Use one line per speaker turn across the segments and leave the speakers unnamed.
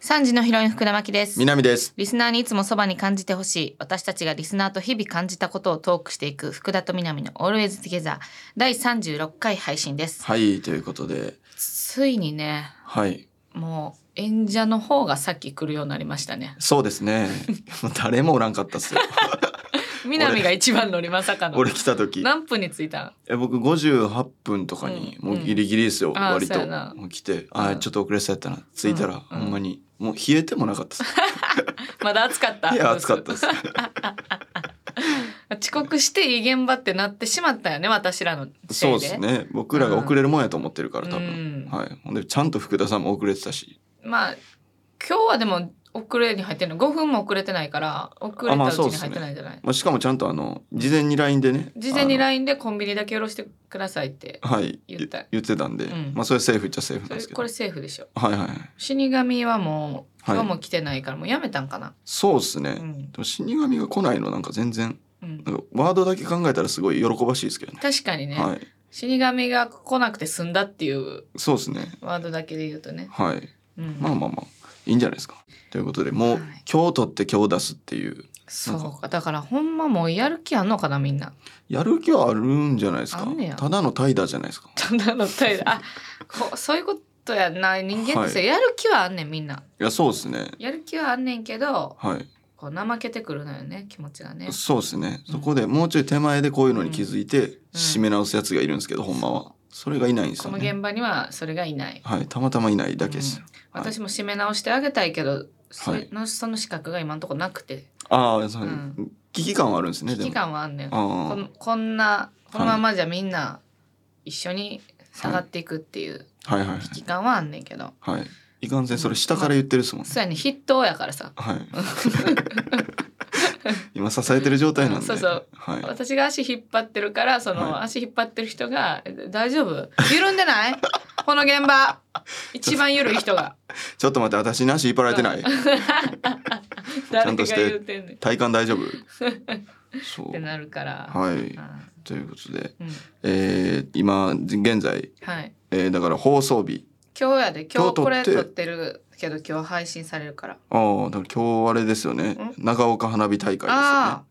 3時のヒロイン福田真希です
南です。
リスナーにいつもそばに感じてほしい私たちがリスナーと日々感じたことをトークしていく福田と南の Always Together 第36回配信です
はい、ということで、
ついにね
はい、
もう演者の方がさっき来るようになりましたね
そうですね。 もう誰もおらんかった っすよ。
南が一番乗りまさかの
俺来た時、
何分に着いたん
え僕58分とかに、
うん
もうギリギリですよ、
んあー
割
そ
と
うやな。
もう来て、あ
う
ー
ん
ちょっと遅れそうやったな。着いたら、
うん
ほんまに、もう冷えてもなかったっ す。
まだ暑かった
いや、暑かったっす。
遅刻していい現場ってなってしまったよね私らのせい
そう
で
ですね。僕らが遅れるもんやと思ってるから、多
うん
分。はい。ほんで、ちゃんと福田さんも遅れてたし。
まあ今日はでも遅れに入ってるの5分も遅れてないから遅れ
あ
た
まあ
うち
そうっ
に
す
入っ
ね
てないじゃない、
まあ、しかもちゃんとあの、事前に LINE でね。
事前に
あの
LINE でコンビニだけよろしてくださいって
はい。
言った
言ってたんで、
うん
まあ、それはセーフっちゃセーフな
そ
んで
れ
すけど。
これセーフでしょ
はいはいはい。
死神はもう
はい
今日も来てないからもうやめたんかな、
そうですね。
うん
でも死神が来ないのなんか全然
うん
なんかワードだけ考えたらすごい喜ばしいですけどね。
確かにね、
はい、
死神が来なくて済んだっていう
そうですね。
ワードだけで言うとね、
はい、
うん
まあまあまあいいんじゃないですか。ということでもう、
はい
今日取って今日出すっていう
そうかだからほんまもうやる気あんのかなみんな
やる気はあるんじゃないです
あ
か
んねや。
ただの怠惰じゃないですか。
そんなの態度あこそういうことやな人間ってさ、やる気はあんねんみんない
やそうですね。
やる気はあんねんけど
はい、
こう怠けてくるのよね気持ちがね
そうですね。
うん
そこでもうちょい手前でこういうのに気づいて、締め直すやつがいるんですけど、ほんまはそれがいないんです
こ
よ
の
ね。
現場にはそれがいない
はい、たまたまいないだけです。
うん私も締め直してあげたいけど、そ
はい
のその資格が今のところなくて
ああ、そう
うん
危機感はあるんですね。
危
でも
機感はあんねんこ
あ
んこんなこのままじゃみんな一緒に下がっていくっていう
あ、はいはいはい
危機感はあんねんけど、
はい。いかんせんそれ下から言ってるっすもんね。
そうやね筆頭やからさ
はい。今支えてる状態なん
うん
で。
そうそう
はい。
私が足引っ張ってるからその
はい
足引っ張ってる人が「大丈夫緩んでないこの現場一番緩い人が
ちょっと待って、私に足引っ張られてない。
誰
ん
が
として
言うてんねん」っ
体 感大丈夫。そう
て。なるから、
はい
うん。
ということで、
うん
えー、今現在、
はい
えー、だから放送日。
今日やで今
今
日
日撮って
これ撮ってるけど今日配信されるから、
ああ、だから今日あれですよね。長岡花火大会ですよ
あ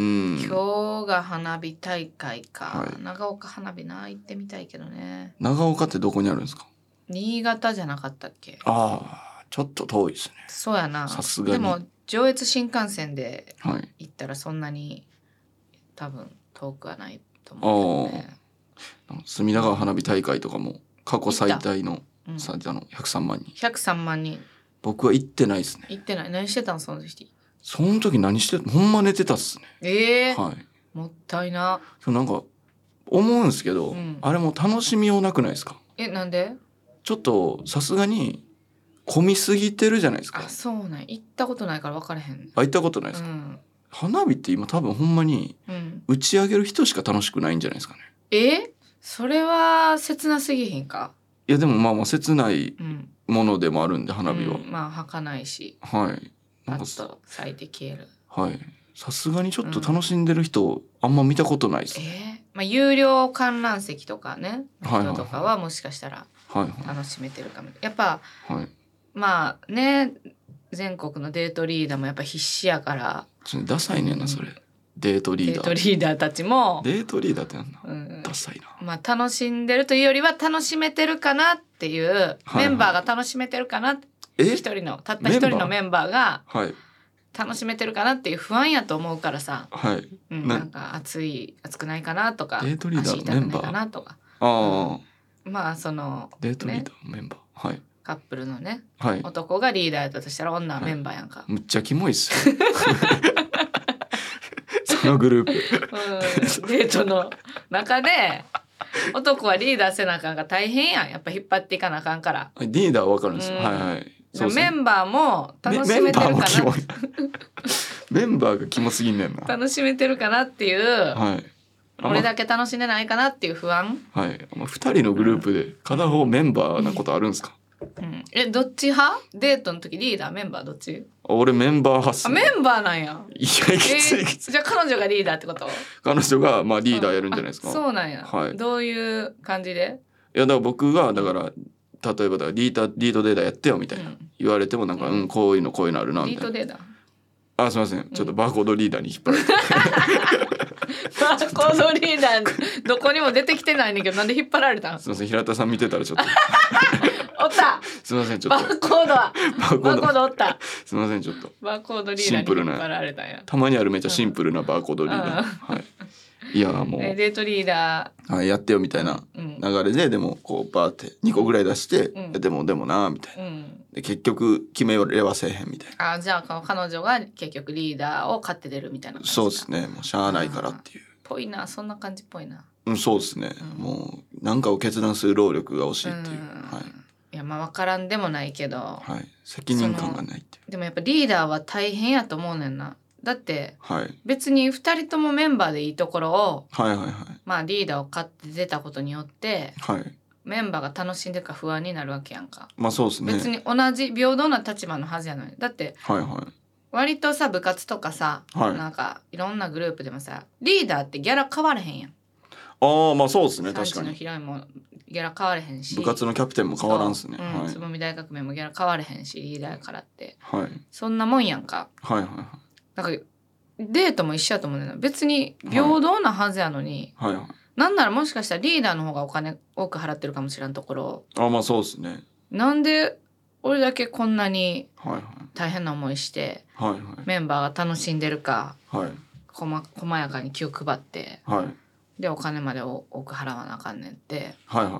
あ
うん。
今日が花火大会か、
はい
長岡花火な行ってみたいけどね
長岡ってどこにあるんですか。
新潟じゃなかったっけ
ああ、ちょっと遠いですね。
そうやな
さすがに
でも上越新幹線で
はい。
行ったらそんなに多分遠くはないと思うけどね、
隅田川花火大会とかも過去最大の
うん、
最多の103万人。
103万人
僕は行ってないですね。
行ってない何してたんその時
その時何してほんま寝てたっすね。
ええ
はい。
もったいな
でもなんか思うんですけど、
うん
あれも楽しみようなくないですか。
えなんで
ちょっとさすがに混みすぎてるじゃないですか
あ。そうなん行ったことないから分からへん
あ行ったことないで
う
すか。
ん
花火って今多分ほんまに
うん、
打ち上げる人しか楽しくないんじゃないですかね。
えそれは切なすぎひんか、
いやでもまあまあ切ない
うん、
ものでもあるんで花火は
う、んまあ儚かないし
はい。
パ
なんか
ッと咲いて消える
はい。さすがにちょっと楽しんでる人あんま見たことないです
え。ーまあ有料観覧席とかね
はいはいは
人
い
とかはもしかしたら
はい
楽しめてるかもやっぱ
はいはい。
まあね全国のデートリーダーもやっぱ必死やから
ちょっとダサいねんなそれ。デートリ
デ
ー
ー
ダ
ト
ー。
リーダーたちも、
デートリーダーってなんだ。
うん
ダサいな。
まあ、楽しんでるというよりは楽しめてるかなっていう
は
メ
い
ンバーが楽しめてるかな一
え？
人のたった一人のメンバーが
はい
楽しめてるかなっていう不安やと思うからさ、
はい。
うん、
な
なんか暑い暑くないかなとか
デートリーダー
足
の
痛
メ
く
ン
な
バー
いかなとか
ああ、
まあその
デートリーダー、メンバー。はい。
カップルのね
はい。
男がリーダーやったとしたら女はメンバーやん か。
むっちゃキモいっすよ。そのグルー
う
プ。
ん、デートの中で男はリーダーせなあかんが大変やんやっぱ引っ張っていかなあかんから。
リーダーわかるんですよ。
うん
はいはい。っす
メ
ね
ンバーも楽しめてるか
メンバーもキ
な
モい。メンバーがキモすぎんね んな。
楽しめてるかなっていう、
はい。あんま
俺だけ楽しんでないかなっていう不安、
はい。あんま二人のグループで片方メンバーなことあるんですか。
うん、えどっち派デートの時リーダーメンバーどっち
俺メンバー派っ
あ
す
メ
ね。
ンバーなんや
いや、き
え
ついきつ
ー
い。
じゃあ彼女がリーダーってこと
彼女がまあリーダーやるんじゃないですか。
あそうなんや、
はい
どういう感じで
いやだから僕がだから例えばだからリータリードデータやってよみたいな、
うん
言われてもなんか、うん、こういうのこういうのあるなみ
リー
たい
ト
な
デー だ。
あすいませんちょっとバーコードリーダーに引っ 張られて、
バーコードリーダーどこにも 出てきてないねんけどなんで引っ張られたん
すいません平田さん見てたら ちょっと
おった
すいませんちょ
バ
っと
ーコードは
バーコ
バ
ー
ー
ド
コードおった
すいませんちょっと
バーコードリーダーに引っ張られたんや、
たまにあるめっちゃシンプルなバーコードリーダー、はい、いやーも
えデートリーダ
う、はい、やってよみたいな
ーうん
流れででもこうバーって2個ぐらい出して、
うん
でもでもなーみたいな
うん
で結局決めれはせえへんみたいな
あじゃあ彼女が結局リーダーを買って出るみたいな感じか
そうですねもうしゃあないからっていう、
ぽいなそんな感じっぽいな
うん、そうですね、
うん
もう何かを決断する労力が欲しいっていう、
うん
はい
いやまあわからんでもないけど
はい、責任感がないっていう
でもやっぱリーダーは大変やと思うねんなだって
はい
別に2人ともメンバーでいいところを
はいはいはい
まあリーダーを買って出たことによって
はい
メンバーが楽しんでるか不安になるわけやんか
まあそうですね
別に同じ平等な立場のはずやのにだって
はいは
割とさ部活とかさ、
いはいあ
なんかいろんなグループでもさリーダーってギャラ変われへんやん
あーまあそうですね
産
確
地
か
の
に
広いもギャラ変われへんし
部活のキャプテンも変わらんっすね、
そううんつぼみ大学名もギャラ変われへんしリーダーやからって
はい、はい
そんなもんやんか
はいはい
なんかデートも一緒やと思うねんだ別に平等なはずやのに、
はいはい
なんならもしかしたらリーダーの方がお金多く払ってるかもしれんところを
あまあそうですね
なんで俺だけこんなに
はいはい
大変な思いして
はい
メンバーが楽しんでるか
はいはい
こま細やかに気を配って
はい
でお金まで多く払わなあかんねんって
はいは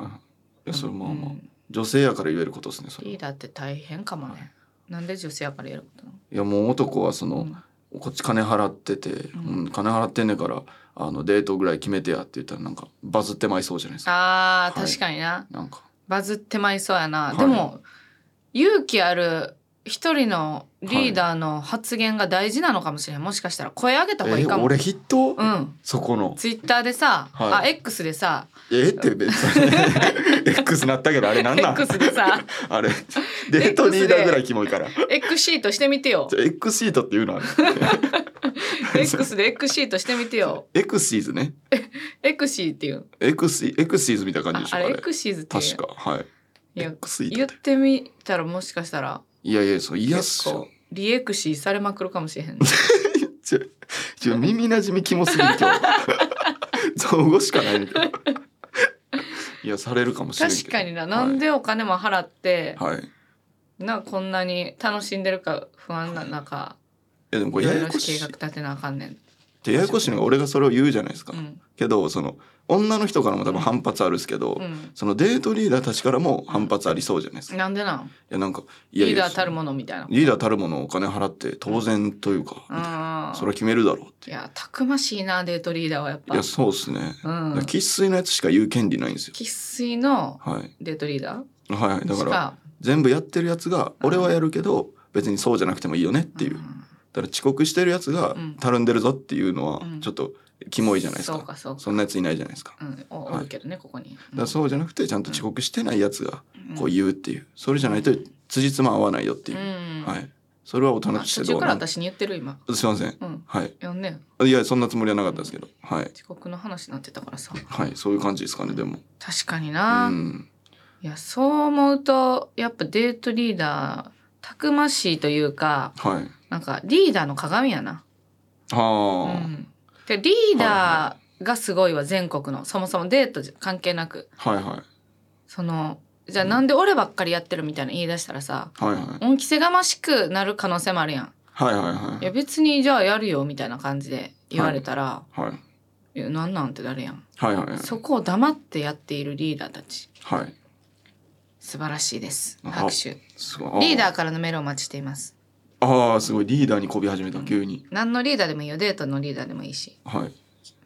いいやそれまあまあ、
うん
女性やから言えることですねそれ
リ
い
ーダーって大変かもね、なんで女性やからやることなの
やもう男はその、
うん
こっち金払ってて、うん
ん
金払ってんねんからあのデートぐらい決めてやって言ったらなんかバズってまいそうじゃないですか
あー、
はい
確かにな
なんか
バズってまいそうやな、
はい
でも勇気ある一人のリーダーの発言が大事なのかもしれん、もしかしたら声上げた方がいい
え
かも、
俺筆頭、
うん
そこの
ツイッターでさ、
はい
あ X でさ
えって 別に X なったけどあれなんなん
X で さ
あれデートリーダーぐらいキモいから
X シートしてみてよ
じゃあ X シートっていうのは
X で X シートしてみてよ
X シーズね
X シーっていう
X, X シーズみたいな感
あ
じでしょ
あ
あ
れ
れ
X シーズっていう
確かはい
いや
X シー
言
ト
っ
って
てみたらもしかしたら
いやいやそういやっ
結
しょ
構リエクシーされまくるかもしれへんね
ちょちょ耳なじみキモすぎる 今日造語しかないんだけどいやされるかもしれんけど
確かにななんでお金も払って、
はい、はい、い
なこんなに楽しんでるか不安な中
やでもこ
い
れや
ろい
や
ろ
こし
計
い
画立てなあかんねん、
でややこしいのが俺がそれを言うじゃないですか、
うん
けどその女の人からも多分反発あるんですけど、
うん、
そのデートリーダーたちからも反発ありそうじゃないですか、い
なんでなん
やなんかいや
リ
い
ー
や
ダーたるものみたいな
リーダーたるものをお金払って当然というか、
あ
それは決めるだろうって
い
い
やたくましいなデートリーダーはやっぱ
やそうですね
うん
生粋のやつしか言う権利ないんですよ、
生粋の
はい、
デートリーダ
はいはい
ー
だ
し
から
か
全部やってるやつが
うん
俺はやるけど別にそうじゃなくてもいいよねっていうだ
ん
から遅刻してるやつが
うん
たるんでるぞっていうのは
うん
ちょっとキモいじゃないですか,、
そうかそうか
そんなやついないじゃないですかだか
うん、お
は
お
い
るけどね、ここに。
らそうじゃなくてちゃんと遅刻してないやつが
うん
こう言うっていうそれじゃないと辻褄合わないよっていうう、
ん、
はい、それは大人
あ
として
途
ど
中
う
から
なんす
私に言ってる今。
いません
うん。
はい
呼んで
いやそんなつもりはなかったですけどはい
遅刻の話になってたからさ。
はいそういう感じですかねでも
確かに
う
な、
ん
いや、そう思うと、やっぱデートリーダー、たくましいというか、
はい
なんかリーダーの鏡やな。う
はあ、
ん。で、リーダーがすごいわ、全国の。そもそもデートじゃ関係なく。
はいはい
その、じゃあなんで俺ばっかりやってるみたいな言い出したらさ、
はいはい
恩着せがましくなる可能性もあるやん。
はいはいはい
いや、別にじゃあやるよみたいな感じで言われたら、
はい
いやなんなんてなるやん。
はいはいはい
そこを黙ってやっているリーダーたち。
はい
素晴らしいです。
あ
拍手。
すごいあ
リーダーからのメールをお待ちしています。
ああすごいリーダーにこび始めた急に、
何のリーダーでもいいよ。デートのリーダーでもいいし。
はいだか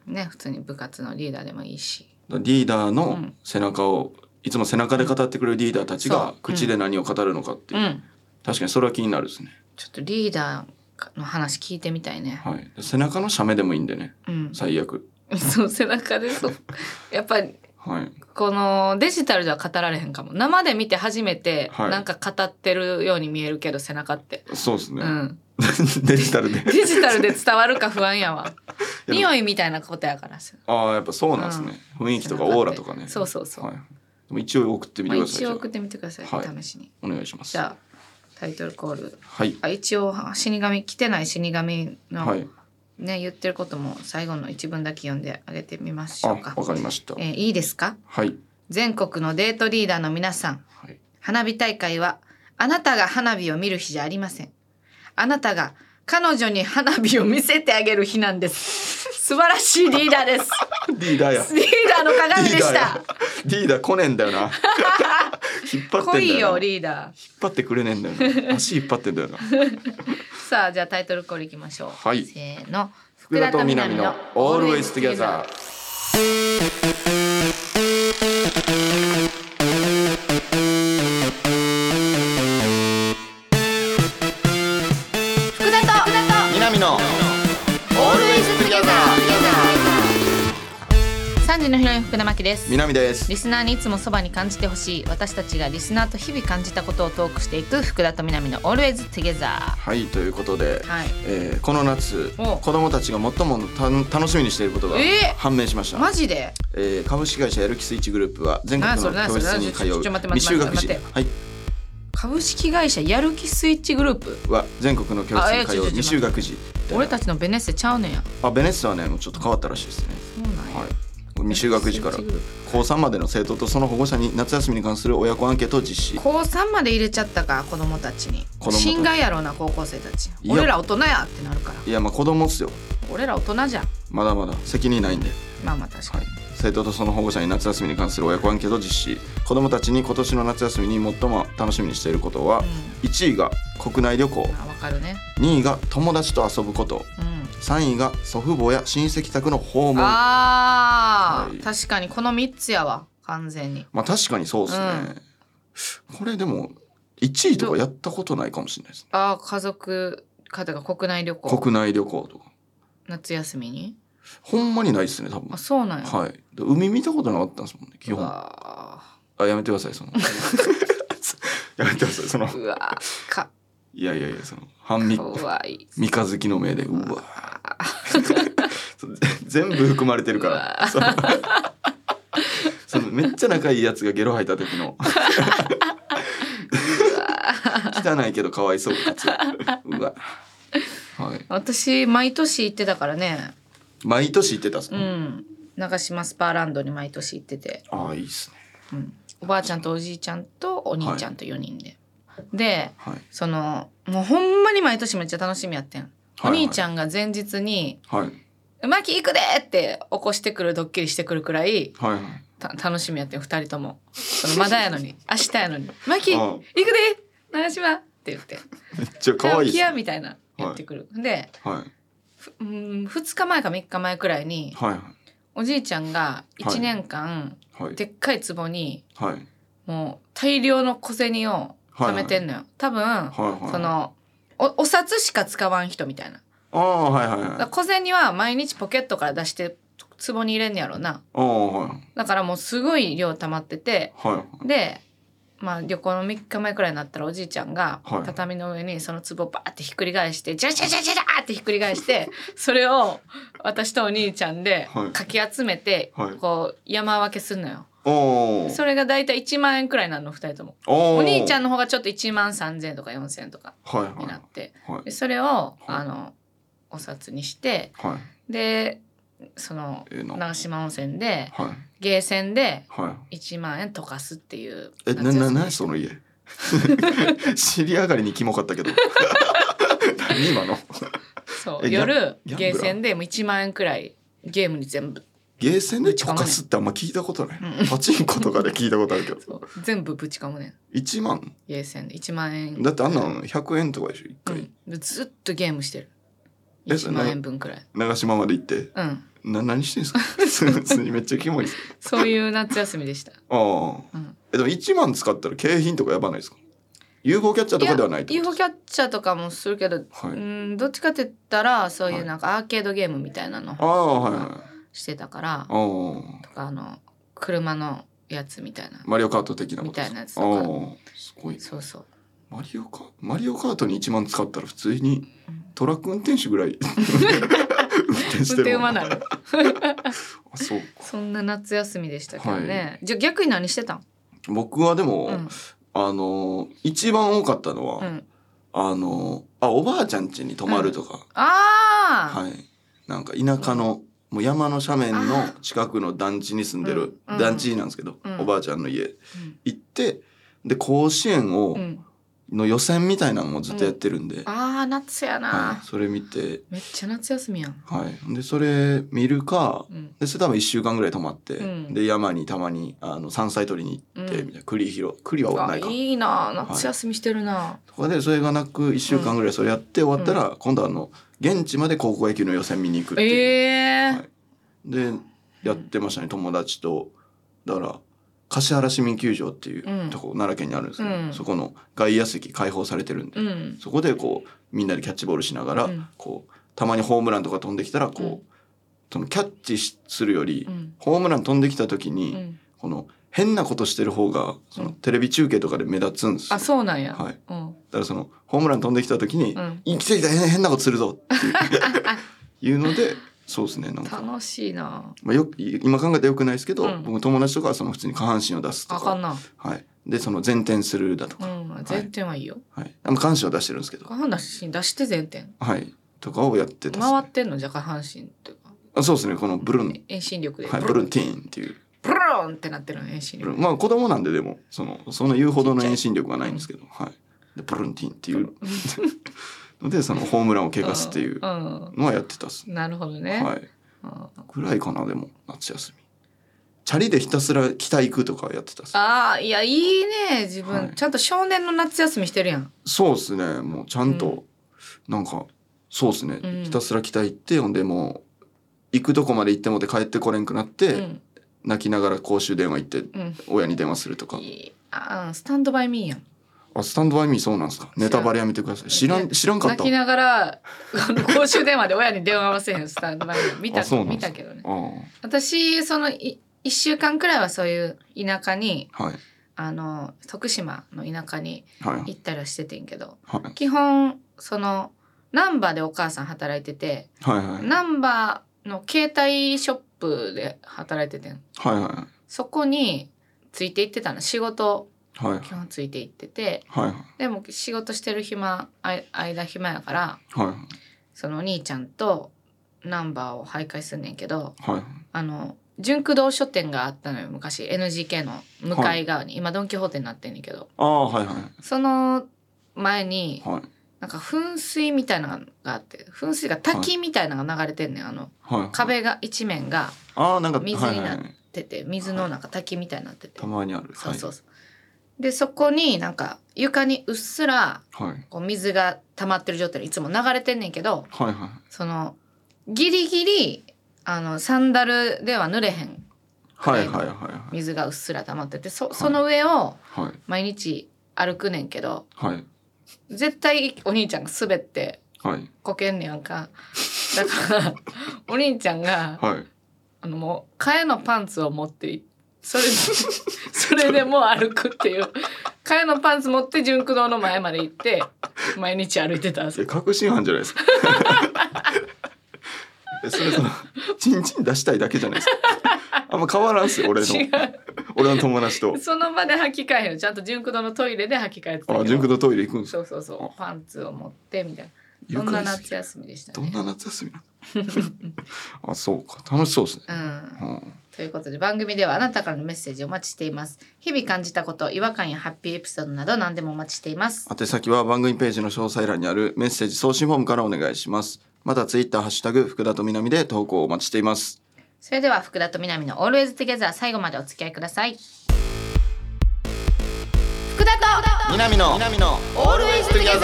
ね、普通に部活のリーダーでもいいし。
らリーダー
う
の
ん
背中をいつも背中で語ってくれるリーダーたちが
そう
口で何を語るのかっていうう、
ん。
確かにそれは気になるですね、
ちょっとリーダーの話聞いてみたいね。
はい、背中の写メでもいいんでね
うん。
最悪
そう、背中でそう。やっぱり、
はい
このデジタルでは語られへんかも。生で見て初めて、
はい
なんか語ってるように見えるけど、背中って。
そうですね、
うん。
デジタルで
デジタルで伝わるか不安や わ。
も
匂いみたいなことやからさ。
ああやっぱそうなんですね、雰囲気とかオーラとかね
そうそうそう。
はい、でも一応送ってみ
ま
て
あ、
ください、
一応
じ
送ってみてください、
はい
試しに
ゃあお願いします
じゃあタイトルコール
はい
あ一応死神来てない死神の、
はい
ね言ってることも最後の一文だけ読んであげてみまし
あ
ょうか
わかりました
えーいいですか
はい
全国のデートリーダーの皆さん
はい
花火大会はあなたが花火を見る日じゃありませんあなたが彼女に花火を見せてあげる日なん です素晴らしいリーダーです
リーダーや
リーダーの鏡で
リー
し
ダー
た
やリーダー来ねえん だよな引っ張って
来
ん
い
だよ
よ
な引っ
リーダー
張ってくれねえんだよ な足引っ張ってんだよな
さあじゃあタイトルコールいきましょう、
はい
せーの
福田と南の「Always Together」
福田と福田と
南の Always Together
3時のヒロイン福田真希です
南です
リスナーにいつもそばに感じてほしい私たちがリスナーと日々感じたことをトークしていく福田と南の Always Together
はいということで、
はい
えーこの夏
お
子供たちが最もた楽しみにしていることが
えー
判明しました、
マジで
えー株式会社やる気スイッチグループは全国
あそ
の
れ何
教室
そ
に通
れ
う
ちょちょ待って
未
待って
就学児
待って
はい
株式会社やる気スイッチグループ
は全国の教室に通う
あえーちょちょちょ
未就学児で
俺たちのベネッセちゃうねんや
あベネッセはねもうちょっと変わったらしいですね
そうなんや、
はい未就学児から
スイッチグルー
高3までの生徒とその保護者に夏休みに関する親子アンケートを実施
高3まで入れちゃったか子供たちに
子供たち
心外やろうな高校生たち
いや
俺ら大人やってなるから
いやまあ子供っすよ
俺ら大人じゃん
まだまだ責任ないんで
まあまあ確か
は
に
い、生徒とその保護者に夏休みに関する親子アンケートを実施子どもたちに今年の夏休みに最も楽しみにしていることは、1位が国内旅行
まあわかるね
2位が友達と遊ぶこと
うん
3位が祖父母や親戚宅の訪問
あー、
はい
確かにこの3つやわ完全に
まあ確かにそうですね、これでも1位とかやったことないかもしれないですね
ああ家族方が国内旅行
国内旅行とか
夏休みに
ほんまにないですね多分
あそうなんや、
はいで海見たことなかったんですもんね基
う
本あ
わ
やめてくださいその やめてくださいその
ーうわーか
いやいやいやその半
か
身
わいい
三日月の目でうわ
あー
そうぜ全部含まれてるからそのそのめっちゃ仲いいやつがゲロ吐いた時 の汚いけどかわいそうかつうわはい
私毎年行ってたからね
毎年行ってたっす
う
ね、
ん長島スパーランドに毎年行ってて、
ああいいっすね
うん、おばあちゃんとおじいちゃんとお兄ちゃんと4人で、で
はい
そのもうほんまに毎年めっちゃ楽しみやってん、
はいはい
お兄ちゃんが前日に
はい
「うまき行くで!」って起こしてくるドッキリしてくるくらい
はいはい
た楽しみやってん2人ともそのまだや のに明日やのに「マキ
ああ
行くで長島!」って言って
めっちゃ
「
かわいいっ
起き
す
や」
ね
みたいな言ってくる、で
はい
ふうん2日前か3日前くらいに
はいはい
おじいちゃんが1年間
はい
でっかい壺に
はいはい
もう大量の小銭を貯めてんのよ多分
はい
そのおお札しか使わん人みたいな
ああはいはいはい
だから小銭は毎日ポケットから出して壺に入れんねやろうな
ああはい
だからもうすごい量溜まってて
はい
で、まあ、旅行の3日前くらいになったらおじいちゃんが
はい
畳の上にその壺をバーってひっくり返してジャジャジャジャジャーってひっくり返して それを私とお兄ちゃんで
はい
かき集めて
はい
こう山分けすんのよ。
おお
それが大体1万円くらいなの2人とも。
お
お兄ちゃん
ん
の方がちょっと1万3,000とか4,000とか
はいはい
になって
はい
でそれをあのお札にして
はい
でその
ええな
長島温泉で
はい
ゲーセンで
はい
1万円溶かすっていう
え、な、
夏
な、
休み
な、その家。 知り上がりにキモかったけど。 何今の。
そ
え
う
ギャ
夜
ギャンブ
ゲ
ラー
ーセンでもう1万円くらいゲームに全部
ゲーセンで溶かすってあんま聞いたことない。
うん
パチンコとかで聞いたことあるけど。
そう全部ぶちかむねん
1万
ゲーセンで1万円
だってあんなの100円とかでしょ、一
う
回。
んでずっとゲームしてる
えそ
1
れな
万円分くらい
長島まで行って。
うん
な、何して んすか普通にめっちゃキモいっす。
そういう夏休みでした
ああ。
うん
え、でも1万使ったら景品とかやばないですか ?UFO キャッチャーとかではないってこと
UFO キャッチャーとかもするけど、
はいう
ーんどっちかって言ったらそうい
は
う
い
なんかアーケードゲームみたいなの
ああ、はいはい。
してたから、
ああ。
とかあの車のやつみたいな、
マリオカート的なことで
み
す
たいなやつと
ああ
か
ー。すごい。
そうそう
マリオカマリオカートに1万使ったら普通にトラック運転手ぐらい 運転
運
して
転
るも
は
んな
なる
あそうか
そんな夏休みでしたけどね、
は
じゃあ逆に何してたん
僕はでも、
うん
あの一番多かったのは、
うん、
あのあおばあちゃん家に泊まるとか、
ああ、
はいなんか田舎のもう山の斜面
あ
の近くの団地に住んでる、
うんうん
団地なんですけど、
うん
おばあちゃんの家行ってで甲子園を、
うんうん、
の予選みたいなのもずっとやってるんで、
ああ夏やな、
はい、それ見て、
めっちゃ夏休みやん、
はい、でそれ見るか
うん
でそれ多分1週間ぐらい泊まって、
うん
で山にたまにあの山菜取りに行ってみたいな、栗拾栗は
あ
ないか
いいな
はい
夏休みしてるな、
とかでそれがなく1週間ぐらいそれやって終わったら、今度あの現地まで高校野球の予選見に行くっていう、
ええ
はいでやってましたね友達とだから橿原市民球場っていう
うん
とこ、奈良県にあるんですけど、
うん
そこの外野席開放されてるんで、
うん
そこでこうみんなでキャッチボールしながら、
うん
こうたまにホームランとか飛んできたらこう、
うん
そのキャッチしするより、
うん
ホームラン飛んできた時
う
に、
ん、
この変なことしてる方がそのテレビ中継とかで目立つんですよ
あそうなんや、
はい、だ
うん
からそのホームラン飛んできた時に
うん
「生きてきた変なことするぞ」って いういうのでそうですねなんか、
楽しいな
まあ、よ今考えたらよくないですけど、
うん
僕友達とかはその普通に下半身を出すと
あ
か
かんな
はい、でその前転するだと
う
か、
ん前転はいいよ、
はい、あの下半身を出してるんですけど、
下半身出して前転
はい、とかをやってたっすね
回ってんのじゃあ下半身というか
あそうですねこのブルン、
遠心力で
はい、ブルンティーンっていう
ブルーンってなってるの遠心
ブル
力
ンまあ子供なんででもそのそんな言うほどの遠心力はないんですけど、はい、でブルンティーンっていうのでそのホームランを怪我すっていう
うん、
のはやってたっす
うんなるほどね、
はい、
うん
ぐらいかなでも夏休みチャリでひたすら北行くとかやってたっす
ああいやいいね自分、
はい
ちゃんと少年の夏休みしてるやん
そうですねもうちゃんと、なんかそうですね、
うん
ひたすら北行ってほんでもう行くとこまで行ってもで帰ってこれんくなって、
うん
泣きながら公衆電話行って
うん
親に電話するとか
いいあースタンドバイミーやん
あスタンドバイミーそうなんですかネタバレやめてください知らん知らんかっ
泣
た
きながらあの公衆電話で親に電話合わせへんスタンドバイミー見た
あそうなん
見
で
た
すか
けどね
ああ
私そのい1週間くらいはそういう田舎に
はい
あの徳島の田舎に
は
行
い
ったりはしててんけど
はい
基本その難波でお母さん働いてて
はいはい
難波の携帯ショップで働いててん
はいはい
そこについて行ってたの仕事
はい
基本ついて行ってて
はい
でも仕事してる暇あい間暇やから
はい
そのお兄ちゃんとナンバーを徘徊すんねんけど
はい
あの純駆動書店があったのよ昔 NGK の向かい側に、今ドン・キホーテになってんねんけど
ああはいはい
その前に
はい
なんか噴水みたいなのがあって噴水が滝みたいなのが流れてんねんあの
はい
壁が一面が
ああなんか
水にな
はいはいはい、
出て水のなんか滝みたいになってて
たまにある
そうそうそう。でそこになんか床にうっすら
はいはい
こう水が溜まってる状態でいつも流れてんねんけど
はいはい
そのギリギリあのサンダルでは濡れへん
はいはいはいはい
水がうっすら溜まっててそ
い
その上を
はい
毎日歩くねんけど
はい
絶対お兄ちゃんが滑って
はい
こけんねやんかだからお兄ちゃんが
はい
あのもう替えのパンツを持っていそれでそれでもう歩くっていう替えのパンツ持って純駆動の前まで行って毎日歩いてた
え確信犯じゃないですか えそれそのチンチン出したいだけじゃないですか あんま変わらんっすよ俺の
違
俺の友達と
うその場で履き替えへんちゃんと純駆動のトイレで履き替えてたけど
あ純駆動トイレ行くんですか
そうそうそうパンツを持ってみたいな
愉
そんな
快すぎ
夏休みでした
どん
ね。
な夏休みなの あそうか楽しそうですね、
うん、
うん
ということで番組ではあなたからのメッセージをお待ちしています日々感じたこと違和感やハッピーエピソードなど何でもお待ちしています
宛先は番組ページの詳細欄にあるメッセージ送信フォームからお願いしますまたツイッターハッシュタグ福田と南で投稿をお待ちしています
それでは福田と南の Always Together 最後までお付き合いください福田と
南の南の
Always Together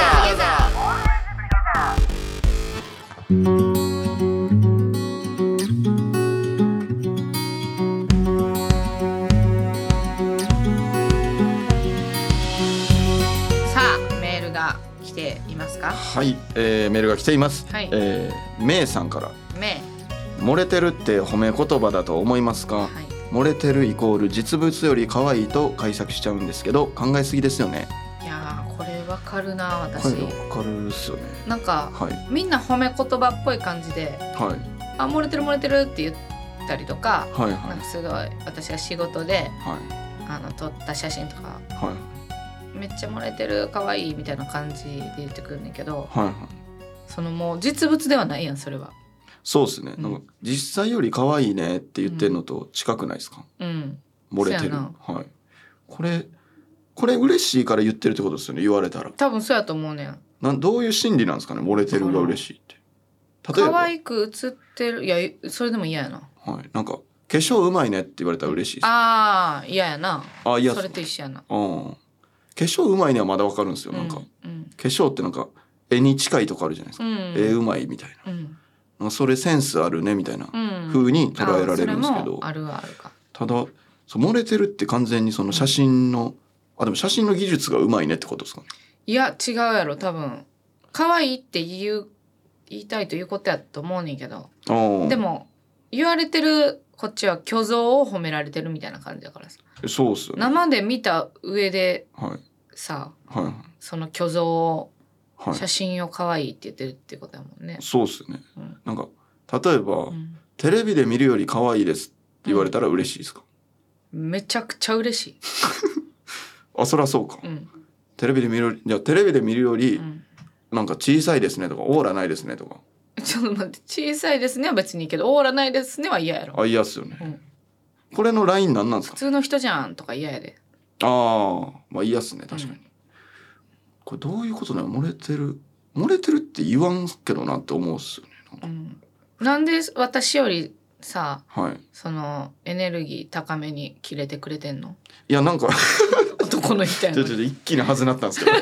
さあメールが来ていますか
はい、えー、メールが来ています、
はい
えー、めいさんから
め
漏れてるって褒め言葉だと思いますか、
はい
漏れてるイコール実物より可愛いと解釈しちゃうんですけど考えすぎですよね
いやーこれわかるな
こ
私
れわかるっすよね
なんか
はい
みんな褒め言葉っぽい感じで
はい
「あ漏れてる漏れてる」って言ったりとか
はいはい
なんかすごい私が仕事で
はい
あの撮った写真とか
はい
めっちゃ漏れてる可愛いみたいな感じで言ってくるんだけど
はいはい
そのもう実物ではないやんそれは
そうですね、
うん
なんか実際より可愛いねって言ってるのと近くないですか、
うん
漏れて
そう
る
やな
はいこれこれ嬉しいから言ってるってことですよね言われたら
多分そうやと思うねん
なんどういう心理なんですかね漏れてるが嬉しいって例えば
可愛く写ってるいやそれでも嫌やな
はい、なんか化粧うまいねって言われたら嬉しいです
ああ嫌やな
あいや
それと一緒やな
うん化粧うまいねはまだわかるんですよなんか、化
うん
粧ってなんか絵に近いとこあるじゃないです
う
か、
ん
絵うまいみたいな
うん
なんかそれセンスあるねみたいな
うん
風に捉えられるんです
あ
け
そ
ど、
もあるはあるか
ただそう漏れてるって完全にその写真のあでも写真の技術がうまいねってことですかね
いや違うやろ多分可愛いって言う言いたいということやと思うねんけど
ああ
でも言われてるこっちは虚像を褒められてるみたいな感じだからさ
そうっすよね
生で見た上で
はい
さ
はい
その虚像を
はい
写真を可愛いって言ってるってことだもんね、
そうっすよね、
うん
なんか例えば、
うん
テレビで見るより可愛いですって言われたら嬉しいですか、
めちゃくちゃ嬉しい、
あそりゃそうか、
うん
テレビで見るよりじゃあテレビで見るより、
うん
なんか小さいですねとかオーラないですねとか
ちょっと待って小さいですねは別にいいけどオーラないですねは嫌やろ
あ嫌っすよね、
うん
これのラインなんなんです
普
か
通の人じゃんとか嫌やで
ああまあ嫌っすね確かに、これどういうことだよ漏れてる漏れてるって言わんけどなって思うっすよねなんか
うん、なんで私よりさ
はい
そのエネルギー高めに切れてくれてんの
いやな んか
男の人や
ち
の
ょ
に
ちょ一気にはずなったんですけど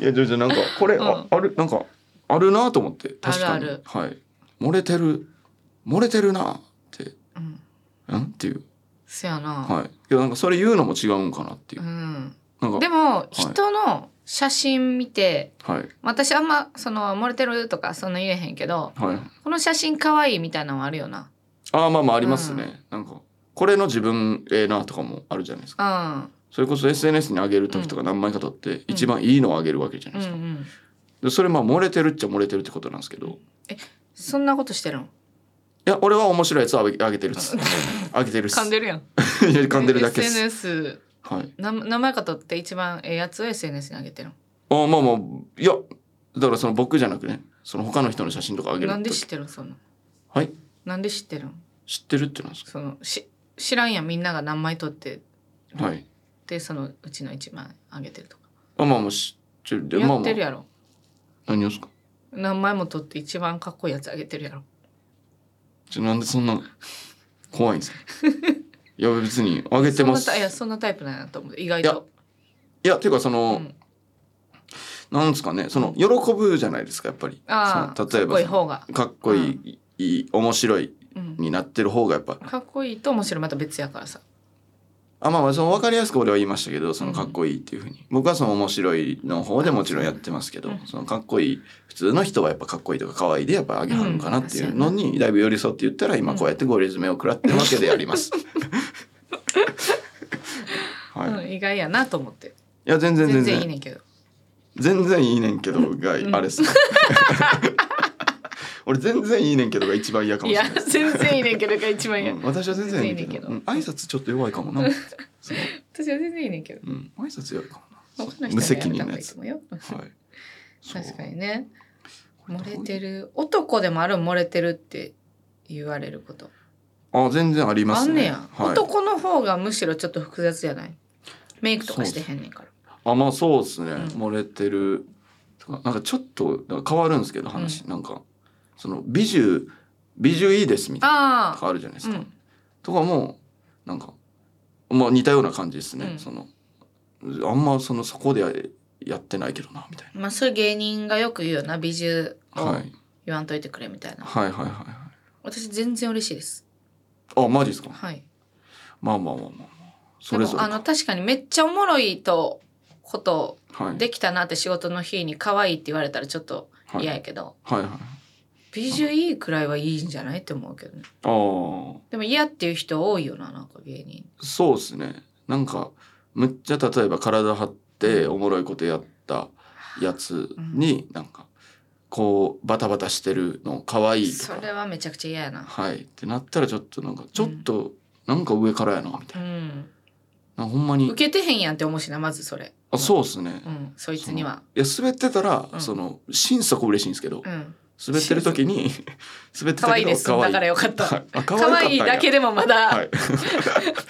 いやちょちょなんかこれ、ああるなんかあるなと思って確かに
ある
はい漏れてる漏れてるなって
うん
んっていう
せやな、
はいけどなんかそれ言うのも違うんかなっていうう、
ん、
なん
で
か
も人の写真見て、
はい
私あんまその漏れてるとかそんな言えへんけど
はい
この写真可愛いみたいなのはあるよな
ああまあまあありますね、なんかこれの自分ええなとかもあるじゃないですか
うん
それこそ SNS に上げる時とか何枚か撮って一番いいのを上げるわけじゃな
う
い
んう
ですか、
ん
でそれまあ漏れてるっちゃ漏れてるってことなんですけどい
そんなことしてるの
や俺は面白いやつを上げ上げてるっす上げてるっす
噛んでるやん
いや噛んでるだけっす
SNS
はい
な名前か取って一番ええやつを SNS に上げてる
あーまあまあいやだからその僕じゃなくねその他の人の写真とか上
の
げる
なんで
と
知ってるのそんな
はい
なんで知ってるの
知ってるってなんです
そのし知らんやんみんなが何枚取って
かはい
でそのうちの一枚上げてるとか
あまあまあ知ってるでま
や
あ
っ
まあ
てるやろ
何をですか
何枚も取って一番かっこいいやつ上げてるやろ
ちょなんでそんな怖いんですか いや別に上げてます
そんなタイいやそんなタイプなんやと思う意外
いや
と
いやていうかその、
うん
なんですかねその喜ぶじゃないですかやっぱり
ああ
その例
かっこいい
えば
方が
そのかっこいい,、いい面白い
うん
になってる方がやっぱ
かっこいいと面白いまた別やからさ
あまあまあその分かりやすく俺は言いましたけどその
うん
かっこいいっていうふうに、僕はその面白いの方でもちろんやってますけど、
うん
そのかっこいい普通の人はやっぱかっこいいとか可愛いでやっぱあげはるんかなっていうのにだいぶ寄り添って言ったら今こうやってゴリズムを食らってるわけであります。はい、
う
い
ん、意外やなと思って
や全然全
全
然
然いいねんけど
全然いいねんけどが
ん
あれっすね 俺全然いいねんけどが一番嫌かも
い
しれ
や
ない
全然いいねんけどが一番嫌、
うん私は全然いいねんけ
全然いいね
ど
ん
うん挨拶ちょっと弱いかもな、そう
私は全然いいねんけど
うん、挨拶弱いかも
他の人
な
に
無責任
やめた方
な
が
や
いい
つ
と思うよ
はいそう
確かにね
これどう
漏
いう
れてる男でもある漏れてるって言われること
あ全然ありま
あ
すね
んねや、
はい、
男の方がむしろちょっと複雑じゃないメイクとかしてへんねんから
あまあそうですね、
ん
漏れてるとかなんかちょっとなんか変わるんですけど話、なんかその美獣美獣いいですみたい
あ
なと
あ
かあるじゃないです
う
か、
ん
とかもなんかまあ似たような感じですね、
うん
そのあんまそのそこでややってないけどなみたい
まあそういう芸人がよく言うよな美獣
な、
を
はい、
言わんといてくれみたいな、
はいはいはいは
私全然嬉しいです
いあマジですか
はい
まあまあまあまあまあそれぞれ
でもあの確かにめっちゃおもろいとこと
はい、
できたなって仕事の日に可愛いって言われたらちょっと
はい、
嫌
はい
やけど、
はいあ
美女いいくらいはいいんじゃないって思うけどね
あー
でも嫌っていう人多いよななんか芸人
そうですねなんかむっちゃ例えば体張っておもろいことやったやつに、なんかこうバタバタしてるの可愛いと
そ
か
れはめちゃくちゃ嫌やな
はいってなったらちょっとなんかちょっとなんか上からやなみた
う
い
ん、
ななんかほんまに
受けてへんやんって思うしなまずそれ
あそうっすね
う、んそいつにはい
や滑ってたら、
うん
その心底嬉しいんですけど
うん
滑ってる時に 滑ってたけど
可愛いです
可愛
だからよかった
はいあ可愛かったん
可
や
愛いだけでもま
は
だ
い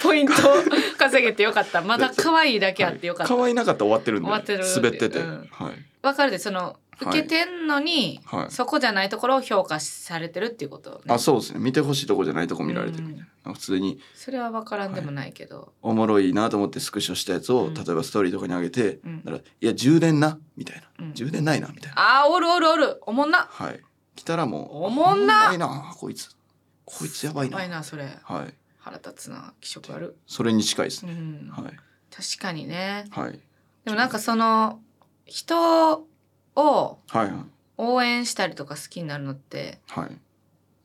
ポイントを 稼げてよかったまだ可愛いだけあってよかった
可愛いなかったら終わってるんで
終わってる
滑ってて、
うん
はい
わかるでその
い
受けてんのに、
はい
そこじゃないところを評価されてるっていうこと、ね、
あそうですね見てほしいとこじゃないとこ見られてる、
うん
普通に
それは分からんでもないけど、
おもろいなと思ってスクショしたやつを、
うん
例えばストーリーとかに上げて、
うん
だから「いや充電な」みたいな
うん
「充電ないな」みたいな、
あーおるおるおるおもんな
はい来たらもう
おもんな
おもいなこいつこいつやばいな
やばいなそれ
はい
腹立つな気色悪
それに近いです
う
ね、
ん、
はい
確かにね
はい
でもなんかその人を
はいはい
応援したりとか好きになるのって
はい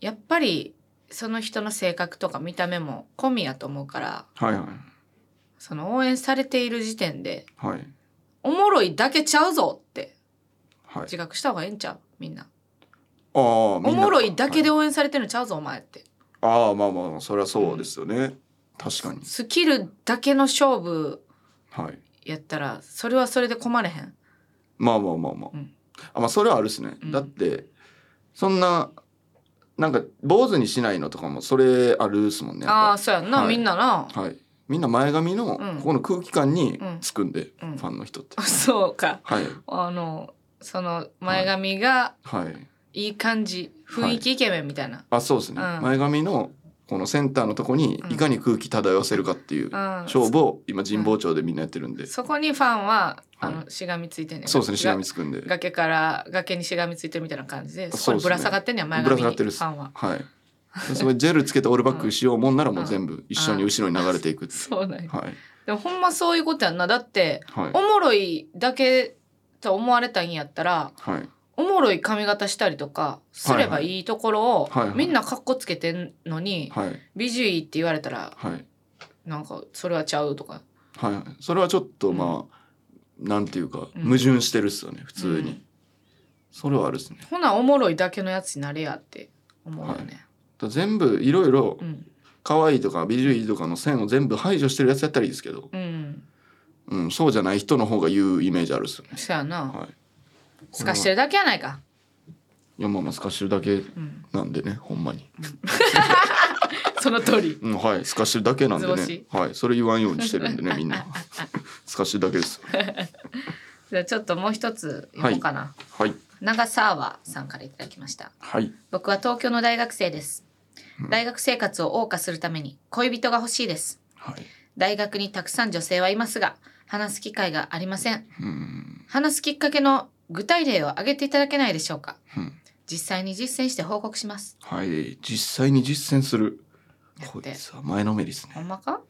やっぱりその人の性格とか見た目も込みやと思うから
はいはい
その応援されている時点で
はい
おもろいだけちゃうぞって
はい
自覚した方がええんちゃうみんな
ああお
おもろいだけで応援されてるのちゃうぞお前って
ああまあまあまあそれはそうですよね、確かに
スキルだけの勝負
はい
やったらそれはそれで困れへん
まあまあまあまあ、
うん
あまあそれはあるっすね、
うん
だってそんななんか坊主にしないのとかもそれあるっすもんね
あ
や
あ
っ
そうやんな、
は
み
い
んなな、
ぱはいみんな前髪の
うん
ここの空気感に
うん
つくんで、
うん
ファンの人って、
そうか
はい
あのその前髪が
はい
いい感じ、雰囲気イケメンみたいな、
あそうですね、
うん
前髪のこのセンターのとこに
うん
いかに空気漂わせるかっていう
うん
勝負を今神保町でみんなやってるんで、
そこにファンはあの、
は
しがみついてんねん
そうですねしがみ
つ
つくんで
崖から崖にしがみついてるみたいな感じでそ
そ
こ
う
に
です
ぶ
ね
ら下がってんねん前髪に
ぶら下がってるっす
ファンは
はい。それジェルつけてオールバックしようもんならもう全部一緒に後ろに流れていくっていう
そうなんや
はい。
でもほんまそういうことやんなだって
はい
お。もろいだけと思われたいんやったら
はい。
おもろい髪型したりとかすればいいところを、
はいはい
みんなかっこつけてんのに、
はい。
美獣いいって言われたら
はい。
なんかそれはちゃうとか
はい。それはちょっとまあ、なんていうか、
うん
矛盾してるっすよね、普通
うん
に。それはあるっすね。
ほなおもろいだけのやつになれやって思うよね、
だから全部いろいろ
うん
可愛いとか美女いいとかの線を全部排除してるやつやったらいいですけど、
うん
うん、そうじゃない人の方が言うイメージあるっすよね。
そやな、
はい。
すかしてるだけやないか、
いやまあまあ透かしてるだけ
うん、
なんでね、ほんまに。
その通り
うん、はい、透かしてるだけなんで
図
ね
星。
はい、それ言わんようにしてるんでね、みんな。透かしてるだけです。
じゃあちょっともう一つ読もうかな、
はい。
長澤和さんからいただきました
はい。
僕は東京の大学生です大学生活を謳歌するために恋人が欲しいです
はい。
大学にたくさん女性はいますが話す機会がありません
うん。
話すきっかけの具体例を挙げていただけないでしょうか
うん
実際に実践して報告します
はい。実際に実践する。
やって
こいつは前のめりです
ほ
ね。
んまか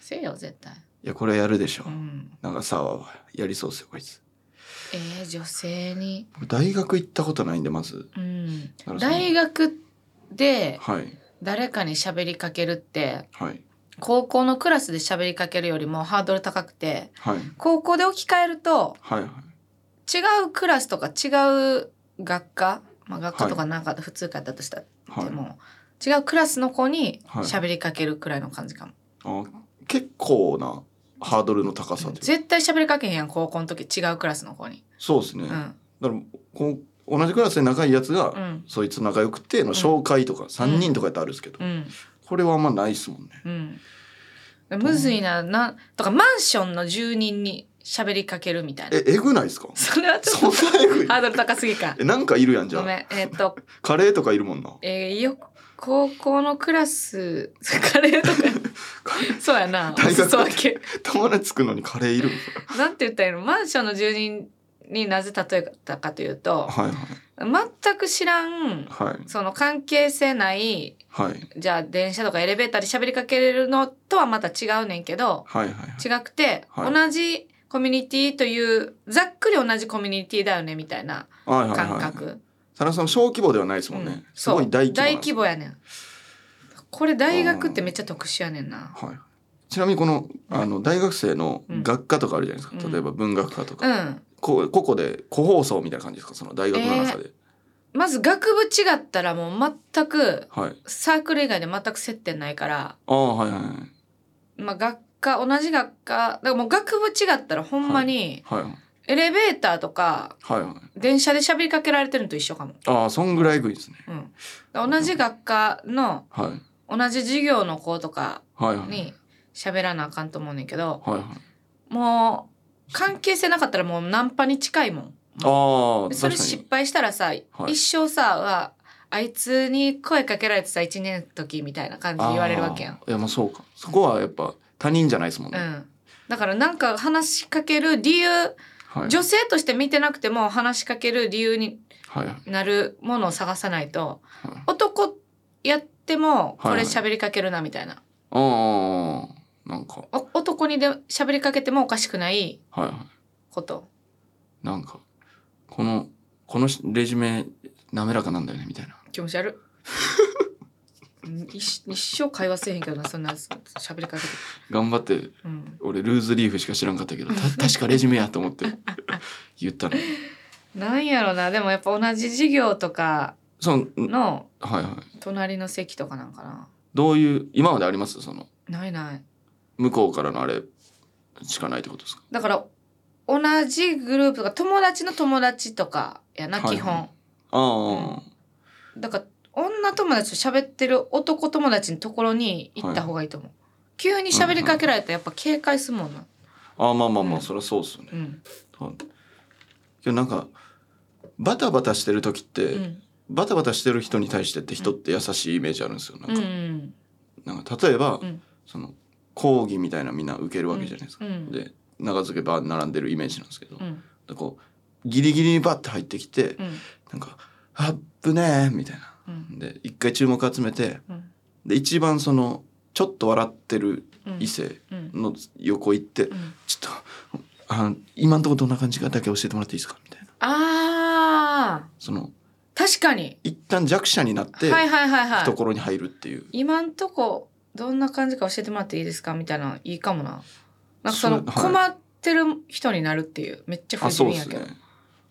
せえよ絶対
いや、これやるでしょ
う。ん
なんかさあ、やりそうですよ、こいつ。
えー、女性に
僕大学行ったことないんで、まず。
うん
なるほど
大学で
はい。
誰かに喋りかけるって
はい。
高校のクラスで喋りかけるよりもハードル高くて
はい。
高校で置き換えると
はい。
違うクラスとか違う学科、まあ、学科とかなんか普通科だとしたら、
はい
で。も違うクラスの子に
はい
喋りかけるくらいの感じかも、
あ結構なハードルの高さというか
絶対喋りかけへんやん高校の時違うクラスの子に
そうですね。
う
だか
ん
ら、こう、同じクラスで仲いいやつ
う
が、
ん
そいつ仲良くての紹介とか、三人とかやったらあるんですけど
う、ん
これはあんまないですもんね。
うんむずいななとかマンションの住人に喋りかけるみたいな
え、えぐないですか
それはちょっと
そんなえぐい
ハードル高すぎか
え、なんかいるやん、じゃ
ごめ
あ。
んえっと
カレーとかいるもんな。
えー、よ高校のクラスカレー とかそうやなお
大学
裾分け
友達つくのにカレーいる。
なんて言ったらいいのマンションの住人になぜ例えたかというと
はいはい
全く知らん
はい
その関係性ない
はい
じゃあ電車とかエレベーターで喋りかけれるのとはまた違うねんけど
はいはいはい。
違くて、
はい
同じコミュニティというざっくり同じコミュニティだよねみたいな
はいはい
感
はい。
覚、
サラさん小規模ではないですもん
う
ね
ん。
すご
そ
いう大規模なんです。
やねんこれ大学ってめっちゃ特殊やねんな
はい。ちなみにこのあの大学生の
うん
学科とかあるじゃないです
う
か。
ん
例えば文学科と
う
か。
ん
こ個々で個放送みたいな感じですか。その大学の中で。
まず学部違ったらもう全く
はい
サークル以外で全く接点ないから、
ああはいはい
まあ、学科同じ学科だからもう学部違ったらほんまに
はい
エレベーターとか
はいはい
電車で喋りかけられてるのと一緒かも。
ああそんぐらいぐいですね
うん、だから同じ学科の
はい
同じ授業の子とか
はいはい
に喋らなあかんと思うねんけど
はいはい
もう関係性なかったらもうナンパに近いもん。
ああ
それ
確か
失
に
敗したらさ、
い
一生さああいつに声かけられてさ1年の時みたいな感じで言われるわけやん
あ。ーいやまあそうかそこはやっぱ他人じゃないですもん
う
ね、
ん、だからなんか話しかける理由
はい
女性として見てなくても話しかける理由に
はいはい
なるものを探さないと
はい
男やってもこ
はい
れ
はい
喋りかけるなみたいな、
ああなんか
お男にで喋りかけてもおかしくない
はいはい
こと
なんかこのこのレジュメ滑らかなんだよねみたいな
気持ち悪 いうん一一生会話せえへんけどなそんな喋りかけて、
頑張って
うん、
俺ルーズリーフしか知らんかったけどた 確かレジュメやと 思って言ったの
なんやろなでもやっぱ同じ授業とか
そのん
の
はいはい
隣の席とかなんかな
どういう今までありますその
ないない
向こうからのあれしかないってことですか
だから同じグループとか友達の友達とかやな、
はいはい
基本
あ
んだから女友達と喋ってる男友達のところに行った方がいいと思う、急に喋りかけられたらやっぱ警戒するもんな
あ、ああまあまあまあ、
うん
そりゃそうっすよね、
うん
はい、けどなんかバタバタしてる時って、
うん
バタバタしてる人に対してって人って優しいイメージあるんですよなん
う
か、
ん
なんか例えば、
うん
その講義みたいなみんな受けるわけじゃないですか、
うん
で長付けば並んでるイメージなんですけど、
うん
でこうギリギリにバッて入ってきて、
うん
なんか「あっぶねー」みたいな
うん
で一回注目集めて
うん
で一番そのちょっと笑ってる
うん
異性
うん
の横行って
うん
「ちょっとあの今んとこどんな感じかだけ教えてもらっていいですか」みたいな
あ
その
ー確かに
一旦弱者になって
はいはいはいはい
懐に入るっていう、
今んとこどんな感じか教えてもらっていいですかみたいなのいいかもななんかその
そうはい
困ってる人になるっていうめっちゃ不
あ
死
そう
身
で
や
す
けど、
ね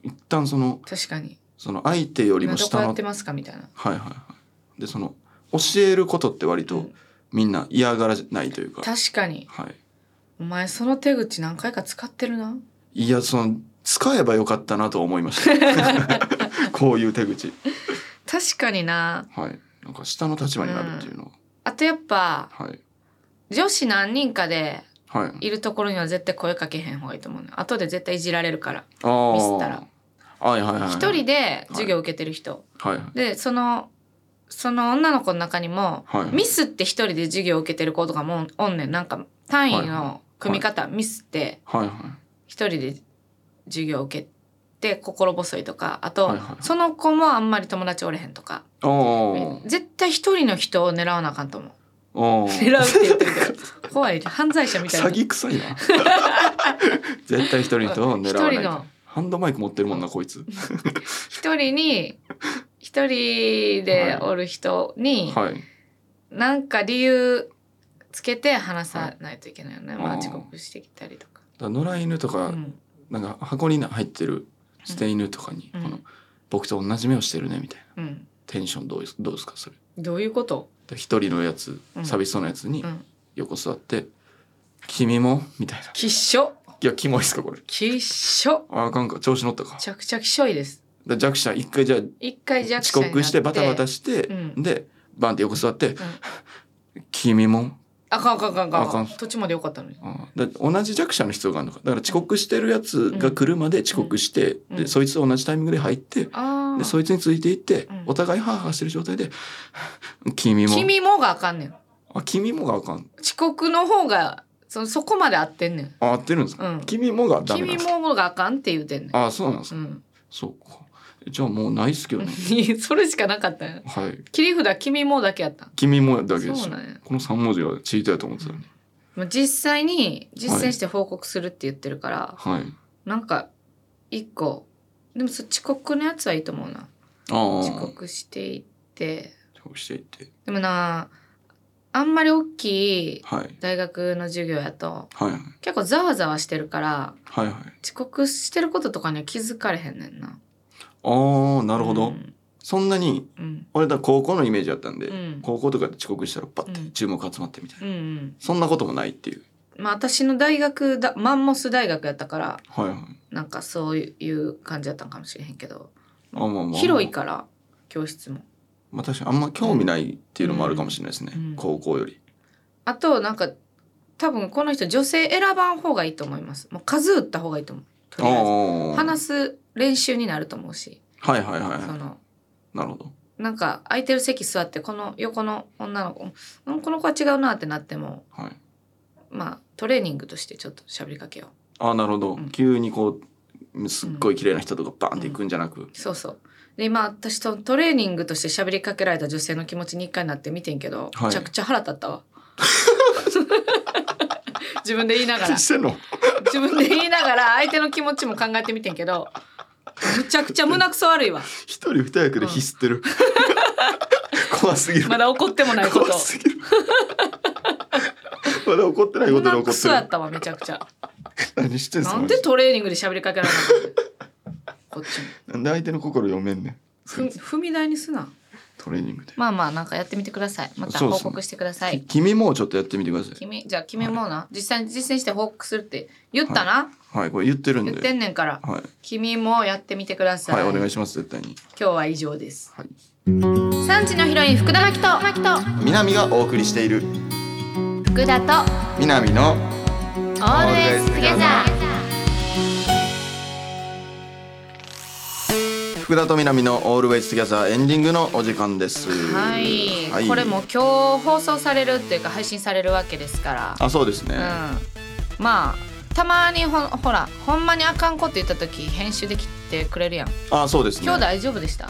一旦その
確かに
その相手より
今
も
どこ
下
や
の
ってますかみたいな
はいはいはいでその教えることって割
う
と
ん
みんな嫌がらないというか、
確かに
はい
お前その手口何回か使ってるない
やその使えばよかったなとは思い ました。こういう手口。
確かにな
はい。なんか下の立場になるっていうのは、
あとやっぱ
はい
女子何人かで
はい。
いるところには絶対声かけへん方がいいと思うね後で絶対いじられるから
ああ。
ミスったら。
はいはいはい。
一、人。で授業受けてる人、
はい
でそのその女の子の中にも、
はい
ミスって一人で授業を受けてる子とかもおんねんなんか単位
はいは
の組み方、ミスって
はいはい。
一人で授業を受けて心細いとかあと、
はいはい
その子もあんまり友達おれへんとか、
ああ。
絶対一人の人を狙わなあかんと思う
ああ。
狙うって言ってるけど怖い犯罪者みたいな
詐欺臭 いな。絶対一人の人を狙わ
一人
ない
の。
ハンドマイク持ってるもんなこいつ。
一人に一人でおる人に、
はい。
なんか理由つけて話さないといけないよね、
い
ま
あ
あ
ー
遅刻してきたりとか、
だから野良犬と
う
か
ん
なんか箱に入ってる捨て犬とかに
うん
この僕と同じ目をしてるねみたいな
うん、
テンションどうですどうですかそれ。
どういうこと
で一人のやつ
うん
寂しそうなやつに
うん
横座って「君も?」みたいな「
きっしょ
いやキモいっすかこれ
きっしょ」
ああかんか調子乗ったか
めちゃくちゃきしょいです
で弱者一回じゃあ
一回弱
遅
者になって
刻してバタバタして、
うん
でバンって横座って「君も?
あかんあかんあかんあ
あ
か
か
ん
ん
途中までよかったのに
あー」だ同じ弱者の必要があるのかだから遅刻してるやつが来るまで遅刻して、
うんう
で
ん
そいつと同じタイミングで入って、
あ
でそ
あ
いつについていって、
うん
お互いハーハーしてる状態で 「君も?」
君もがあかんねん
あ君もがあかん
遅刻の方がそのそこまで合ってんねん
あ合ってるんですか、
うん
君もがダメなん
君
ですか
もがあかんって言うてんねん
あそうなんです
う
か、
ん、
そうかじゃあもうないっすけどね
それしかなかったよ
はい
切り札君もだけやった
君もだけです
そう
よ
なんや
この3文字は知りたいと思ってたのに
もう実際に実践して報告するって言ってるから、
はい
なんか一個でもそ遅刻のやつはいいと思うな
ああ
遅刻していって
遅刻していって
でもなあんまり大きい
はい
大学の授業やと
はい
結構ざわざわしてるから
はいはい
遅刻してることとかには気づかれへんねんな
ああなるほど、
うん
そんなに
うん
俺だ高校のイメージだったんで、
うん
高校とかで遅刻したらパッ
うん
て注目集まってみたいな、
うんうん
そんなこともないっていう
まあ私の大学だマンモス大学やったから
はいはい
なんかそういう感じだったんかもしれへんけど
あまあまあまあ
広いから教室も
まあ確かにあんま興味ないっていうのもあるかもしれないですね、
うん
高校より
あとなんか多分この人女性選ばん方がいいと思いますもう数打った方がいいと思うとりあえず
ああ
話す練習になると思うし
はいはいはい
そ
は
の
いなるほど
なんか空いてる席座ってこの横の女の子うんこの子は違うなってなっても
はい
まあトレーニングとしてちょっと喋りかけよ
あなるほど、
うん
急にこうすっごい綺麗な人とかバーンっていくんじゃなく、
うそうそうで今私とトレーニングとして喋りかけられた女性の気持ちに一回なって見てんけど、
はい
めちゃくちゃ腹立ったわ 自分で言い ながら
何してんの
自分で言いながら相手の気持ちも考えてみてんけどむちゃくちゃ胸くそ悪いわ
一人二役でひすってる、 怖すぎる、
まだ怒ってもないこと
怖すぎる まだ怒ってないことで
胸
怒
く
っ
そ
て
や
る
ったわめちゃくちゃ
何してんすか
なんでトレーニングで喋りかけられなのこっちも
なんで相手の心読めんねん
ふ踏み台にすな
トレーニングで、
まあまあなんかやってみてくださいまた
そう
報
ですね
告してください、
君もちょっとやってみてください
君じゃあ君もうな実際に実践して報告するって言ったな、
はいこれ言ってるんで
言ってんねんから
はい
君もやってみてくださ、
はいいお願いします絶対に
今日は以上です
はい
産地のヒロイン福田真希と
南がお送りしている
福田と
南の
オ
ールデイズトゥゲザ福田と南のオールウェイズギャザーエンディングのお時間です
はい、
はい
これも今日放送されるっていうか配信されるわけですから
あそうですね、
うん、まあたまにほほらほんまにあかんこと言った時編集で切ってくれるやん
あそうですね
今日大丈夫でした、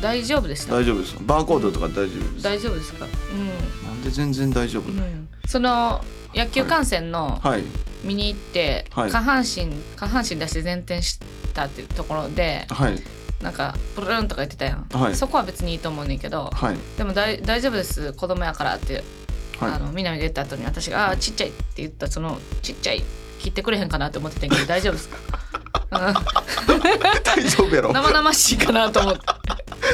大丈夫でした
大丈夫ですバーコードとか大丈夫です
大丈夫ですかう
なんで全然大丈夫
ん、うん、その野球観戦の
はい
見に行って、
はい
下半身下半身出して前転したっていうところで
はい
なんかプルルンとか言ってたやん、
はい
そこは別にいいと思うねんけど
はい
でもだい大丈夫です子供やからってあ
は
の南が言った後に私が「あーちっちゃい」って言ったその「ちっちゃい」切ってくれへんかなって思ってたんやけど大丈夫です か、
い大丈夫や
う
ろ
ん、生々しいかなと思って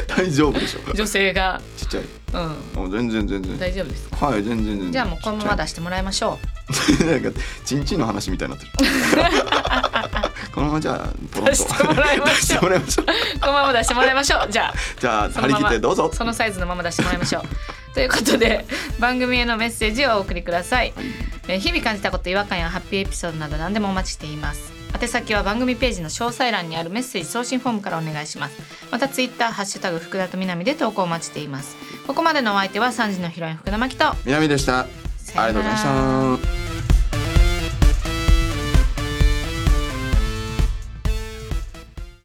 大丈夫でしょ
女性が
ちっちゃい
うん
もう全然全然
大丈夫です
はい全然全然
じゃあもうこのまま出してもらいましょ
ちっちゃい なんかチンチンの話みたいにな ってるこのままじゃあポロン
う
と
出してもらいま
出
し
し
ょう
てもらいましょう
このまま出してもらいましょうじゃあ
じゃあ
そ
張
の
り
ま
切
ま
ってどうぞ
そのサイズのまま出してもらいましょ うということで番組へのメッセージをお送りください、えー日々感じたこと違和感やハッピーエピソードなど何でもお待ちしています宛先は番組ページの詳細欄にあるメッセージ送信フォームからお願いしますまたツイッターハッシュタグ福田と南で投稿お待ちしていますここまでのお相手は3時のヒロイン福田真希と
南でしたありがとうございました